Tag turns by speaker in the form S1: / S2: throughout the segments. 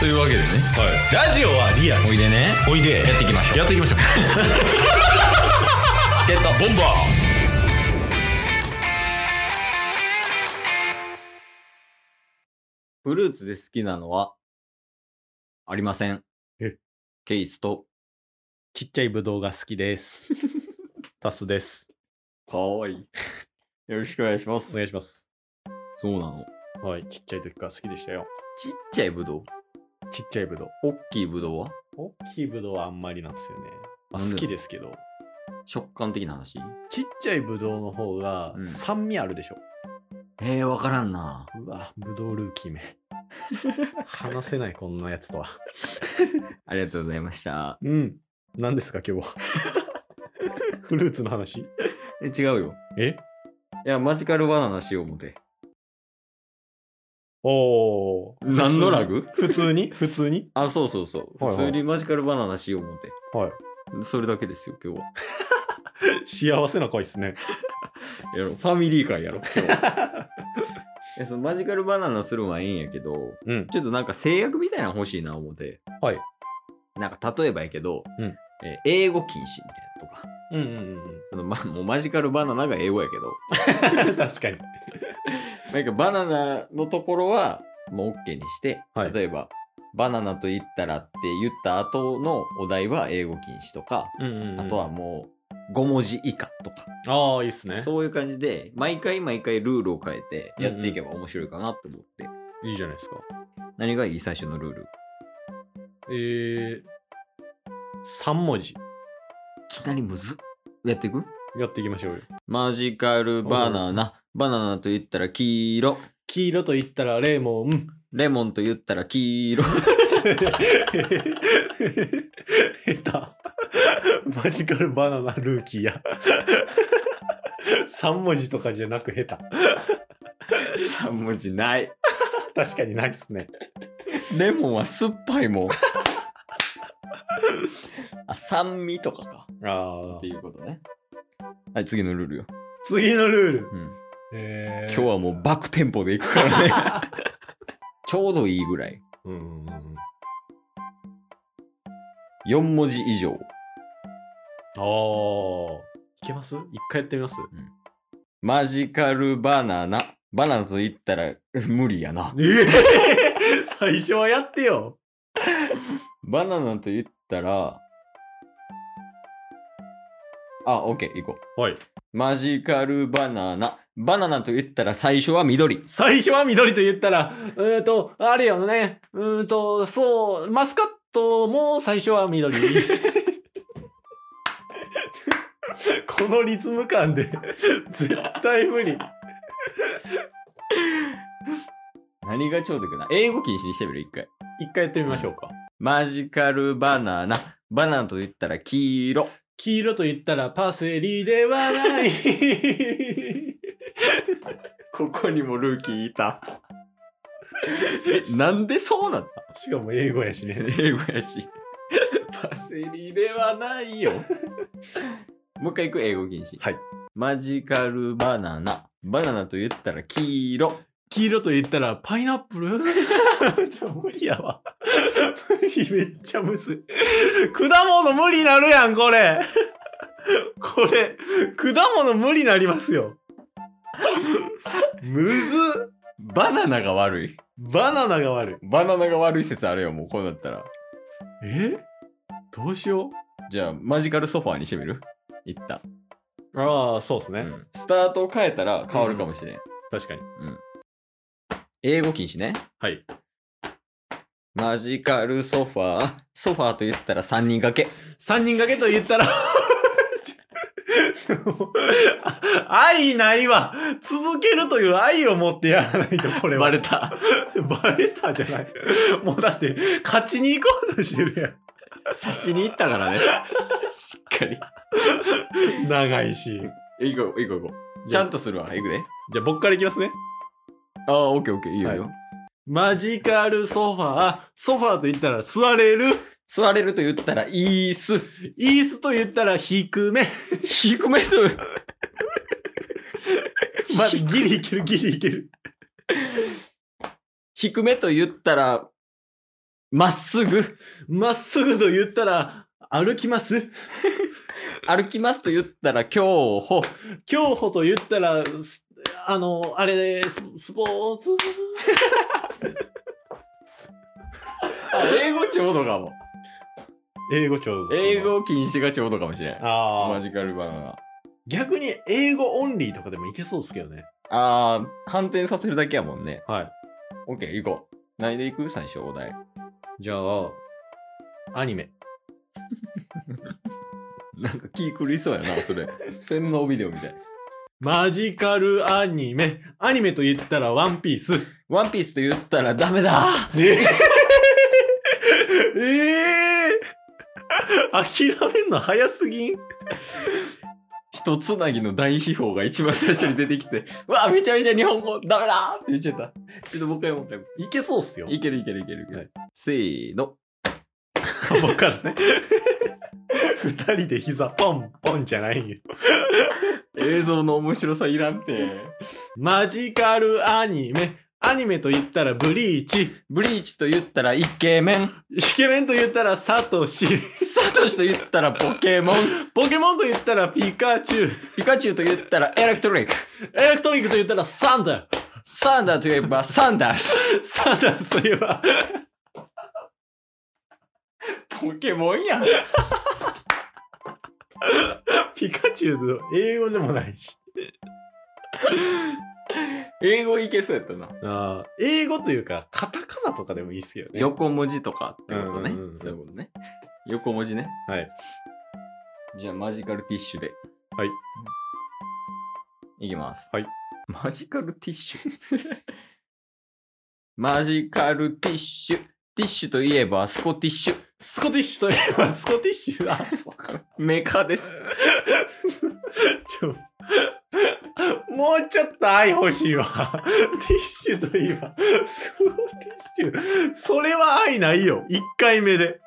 S1: というわけでね、ラジオはリアおいでね
S2: おいで
S1: やっていきましょう
S2: やってい きましょう
S1: ゲットボンバ
S3: フルーツで好きなのは、ありません。
S2: え
S3: ケイスと、
S2: ちっちゃいブドウが好きです。 タスです。
S3: かわいい。 よろしくお願いします
S2: お願いします。
S3: そうなの。
S2: はい、ちっちゃい時から好きでしたよ。
S3: ちっちゃいぶどう
S2: ちっちゃいブドウ。
S3: おっきいぶどうは
S2: 大きいブドウはあんまりなんですよね。まあ、
S3: なんで
S2: 好きですけど、
S3: 食感的な話
S2: ちっちゃいブドウの方が
S3: うん
S2: 酸味あるでしょ。
S3: ええー、わからんな。
S2: うわ、ブドウルーキーめ。話せないこんなやつとは。
S3: ありがとうございました。
S2: うん。何ですか、今日は。フルーツの話
S3: え、違うよ。
S2: え
S3: いや、マジカルバナナしよう思て。
S2: おー。
S3: 何のラグ
S2: 普通に普通に
S3: あ、そうそうそう。
S2: はいはい
S3: 普通にマジカルバナナしよう思て。
S2: はい。
S3: それだけですよ、今日は。
S2: 幸せな恋ですね。
S3: やろ。ファミリー会やろ、今日は。 いやそのマジカルバナナするのはええんやけど、
S2: うん。
S3: ちょっとなんか制約みたいなの欲しいな思って。
S2: はい。
S3: なんか例えばやけど、
S2: うん
S3: えー英語禁止みたいなとか、
S2: うんうんうん
S3: そのま、もうマジカルバナナが英語やけど、
S2: うん。 確かに。
S3: なんかバナナのところはもう OK にして、
S2: はい
S3: 例えば、バナナと言ったらって言った後のお題は英語禁止とか、
S2: うんうんうん
S3: あとはもう5文字以下とか、
S2: ああいいっすね
S3: そういう感じで、毎回毎回ルールを変えてやっていけば面白いかなと思って。
S2: いいじゃないですか
S3: 何がいい最初のルール
S2: えー、3文字
S3: いきなりむずっやっていく
S2: やっていきましょうよ
S3: マジカルバナナ。バナナと言ったら黄色。
S2: 黄色と言ったらレモ ン
S3: レモンと言ったら黄 色。
S2: 下手マジカルバナナルーキーや3文字とかじゃなく下
S3: 3文字ない。
S2: 手確かにないっすね
S3: レモンは酸っぱいもん。 あ、酸味とかか。
S2: あ
S3: っていうことね。はい、次のルールよ。
S2: 次のルール、
S3: うん
S2: え
S3: 今日はもうバックテンポでいくから ね。ちょうどいいぐらい。
S2: うんうんうん
S3: 4文字以上。
S2: あーいけます一回やってみます
S3: マジカルバナナ。バナナと言ったら 無理やな。
S2: え え最初はやってよ
S3: バナナと言ったら、あ、オッケー、行こう。
S2: はい
S3: マジカルバナナ。バナナと言ったら最初は緑。
S2: 最初は緑と言ったら、うーんと、あれよね、うーんと、そう、マスカットも最初は 緑。このリズム感で、絶対無理。
S3: 何がちょうどいいかな英語禁止にしてみる、一回。
S2: 一回やってみましょうか。
S3: マジカルバナナ。バナナと言ったら黄色。
S2: 黄色と言ったらパセリでは ない。
S3: ここにもルーキーいた。え、 なんでそうなった
S2: しかも英語やしね。
S3: 英語やし。パセリではないよ。 もう一回行く、英語禁止。
S2: はい。
S3: マジカルバナナ。バナナと言ったら黄色。
S2: 黄色と言ったらパイナップ ルちょ、無理やわ。 無理めっちゃむずい。果物無理になるやん、これ。これ、果物無理になりますよ。むずっ
S3: バナナが悪い。
S2: バナナが悪い。
S3: バナナが悪い説あるよ、もうこうなったら。
S2: えどうしよ
S3: じゃあ、マジカルソファーにしてみる一旦、
S2: う。ああ、そうです
S3: う
S2: ね
S3: ん。スタートを変えたら変わるかもしれん。
S2: 確かに。
S3: 英語禁止ね。
S2: はい。
S3: マジカルソファー。ソファーと言ったら3人掛け。
S2: 三人掛けと言ったらあ愛ないわ続けるという愛を持ってやらないとこれは
S3: バレた。
S2: バレたじゃない。もうだって、勝ちに行こうとしてる
S3: 刺しに行ったからね。 しっかり。
S2: やん。長いし。
S3: いこう、いこう、いこう。ちゃんとするわ。いくで。
S2: じゃあ僕からいきますね。
S3: ああ、オッケーオッケー。いいよ、いいよ。
S2: はマジカルソファー。ソファーと言ったら座れ る。
S3: 座れると言ったら椅子。
S2: 椅子と言ったら低め。
S3: 低めと、
S2: まだギリいける、ギリいける。
S3: 低めと言ったら、まっすぐ
S2: まっすぐと言ったら、歩きます
S3: 歩きますと言ったら競歩。
S2: 競歩と言ったら、すあの、あれ、ススポーツ。
S3: 英語ちょうどかも。
S2: 英語ちょうど
S3: 英語禁止がちょうどかもしれん。
S2: あ
S3: マ
S2: あ。
S3: ジカルバナナ。
S2: 逆に英語オンリーとかでもいけそうですけどね。
S3: あー、反転させるだけやもんね。
S2: はい。
S3: オッケー、行こう。何で行く最初、お題。
S2: じゃあ、アニメ。
S3: なんか気狂いそうやな、そ れ。洗脳ビデオみたい。
S2: マジカルアニメ。アニメと言ったらワンピース。
S3: ワンピースと言ったらダメだ
S2: ええー、諦めんの早すぎん
S3: 一つなぎの大秘宝が一番最初に出てきて、 うわ、めちゃめちゃ日本語ダメだって言っちゃった。ちょっともう一回もう一回。
S2: いけそうっすよ。
S3: いけるいけるいけるいける。
S2: はい
S3: せーの。
S2: わかるね。二人で膝ポンポンじゃないよ。
S3: 映像の面白さいらんて。
S2: マジカルアニメ。アニメと言ったらブリーチ。
S3: ブリーチと言ったらイケメン。
S2: イケメンと言ったらサトシ。
S3: サトシと言ったらポケモン。
S2: ポケモンと言ったらピカチュウ。
S3: ピカチュウと言ったらエレクトリック。
S2: エレクトリックと言ったらサンダー。
S3: サンダーといえばサンダース。
S2: サンダースといえば、
S3: ポケモンやん。
S2: ピカチュウと英語でもないし。
S3: 英語いけそうやったな。
S2: あー英語というか、カタカナとかでもいいっすよね。
S3: 横文字とかってことね
S2: うんうんうん。
S3: そういうことね。横文字ね。
S2: はい。
S3: じゃあマジカルティッシュで。
S2: はい。
S3: いきます。
S2: はい。
S3: マジカルティッシュ。 マジカルティッシュ。ティッシュといえばスコティッシュ。
S2: スコティッシュといえ ばスコティッシュ。あ、そうか。
S3: メ カです。
S2: ちょ、もうちょっと愛欲しいわ。ティッシュといえば、そのティッシュ、それは愛ないよ。1回目で。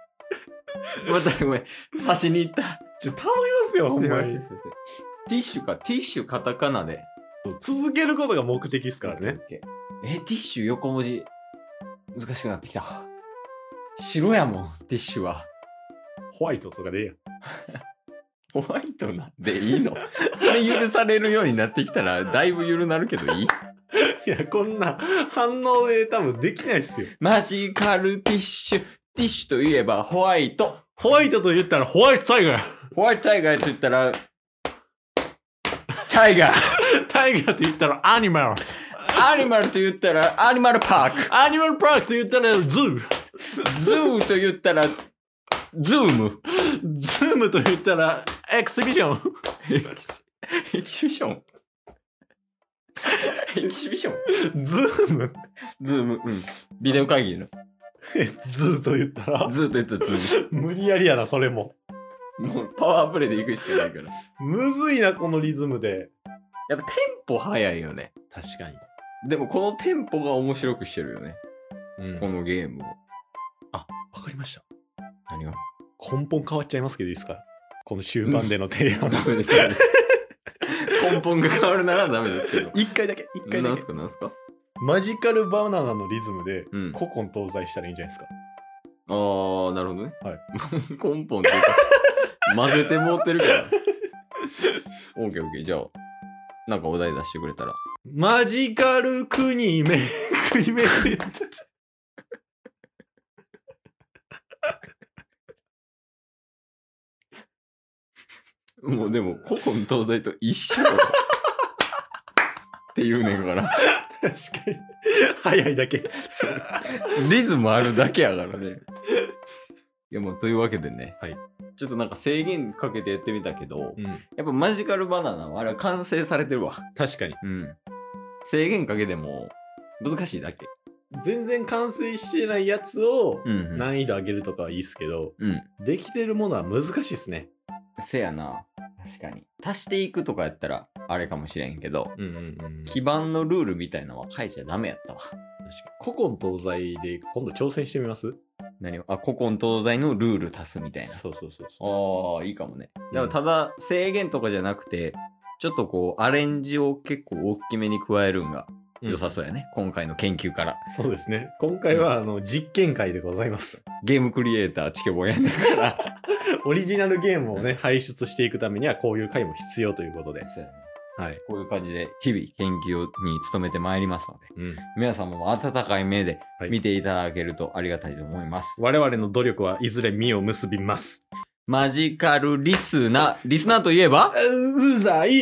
S3: またごめん。刺しに行った。
S2: ちょ、頼みますよ、ほんまに。
S3: ティッシュか。ティッシュカタカナで。
S2: 続けることが目的ですからね。
S3: OK。え、ティッシュ横文字。難しくなってきた。白やもん、ティッシュは。
S2: ホワイトとかでええやん。
S3: ホワイトなんでいいの それ許されるようになってきたら、だいぶ緩なるけどいい
S2: いや、こんな反応で多分できないっすよ。
S3: マジカルティッシュ。ティッシュといえばホワイト。
S2: ホワイトと言ったらホワイトタイガー。
S3: ホワイトタイガーと言ったら、タイガ ー。
S2: タイガーと言ったらアニマル。
S3: アニマルと言ったら、アニマルパーク。
S2: アニマルパークと言ったらズー。
S3: ズーと言ったら、ズーム。
S2: ズームと言ったらエキシビジョン。
S3: エキシ エキシビション エキシビション
S2: ズーム
S3: ズーム、うん。ビデオ会議の。
S2: え、ズーと言ったら
S3: ズーと言ったらズー
S2: 無理やりやな、それも。
S3: ム。もうパワープレイで行くしかないから。
S2: むずいな、このリズムで。
S3: やっぱテンポ早いよね。
S2: 確かに。
S3: でもこのテンポが面白くしてるよね。
S2: うん。
S3: こ
S2: わ
S3: のゲームを。
S2: かりました。
S3: 何が
S2: 根本変わっちゃいますけどいいですかこの終盤での提案。
S3: ダメ です。ダメです根本が変わるならダメですけ ど。
S2: 一回だけ、一回
S3: な
S2: だ
S3: ん
S2: け
S3: す。かなんすか
S2: マジカルバナナのリズムで、
S3: うん。
S2: 古今東西したらいいんじゃないですか。
S3: あー、なるほどね。。
S2: はい
S3: 根本というか、混ぜてもうてる から。オッケーオッケー。じゃあ、なんかお題出してくれたら。
S2: マジカル国名。 国名って言った。
S3: もうでも、古今東西と一緒だろって言うねんから。
S2: 確かに。早いだけ。
S3: リズムあるだけやからね。いやもうというわけでね、
S2: はい
S3: ちょっとなんか制限かけてやってみたけど、
S2: うん。
S3: やっぱマジカルバナナはあれは完成されてるわ。
S2: 確かに。
S3: うん。制限かけても難しいだけ。
S2: 全然完成してないやつを、
S3: ん、
S2: 難易度上げるとかはいいっすけど、
S3: うん。
S2: できてるものは難しいっすね。
S3: せやな。確かに。足していくとかやったらあれかもしれんけど、
S2: うんうんうん
S3: 基盤のルールみたいなのは書いちゃダメやったわ。
S2: 古今東西で今度挑戦してみます
S3: 何をあ、古今東西のルール足すみたいな。
S2: そうそうそうそ
S3: ああ、いいかもね。
S2: ん
S3: でもただ制限とかじゃなくて、ちょっとこうアレンジを結構大きめに加えるんが
S2: う。うん
S3: 良さそうやね、今回の研究から
S2: そうですね。今回は、あの、実験会でございます。
S3: ゲームクリエイターチケボンやねんから
S2: オリジナルゲームをね、排出していくためには、こういう回も必要ということで。はい。
S3: こういう感じで日々研究に努めてまいりますので
S2: うん。
S3: 皆さんも温かい目で
S2: はい
S3: 見ていただけるとありがたいと思います、
S2: 我々の努力はいずれ実を結びます。
S3: マジカルリスナーリスナーといえば
S2: ううざい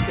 S1: す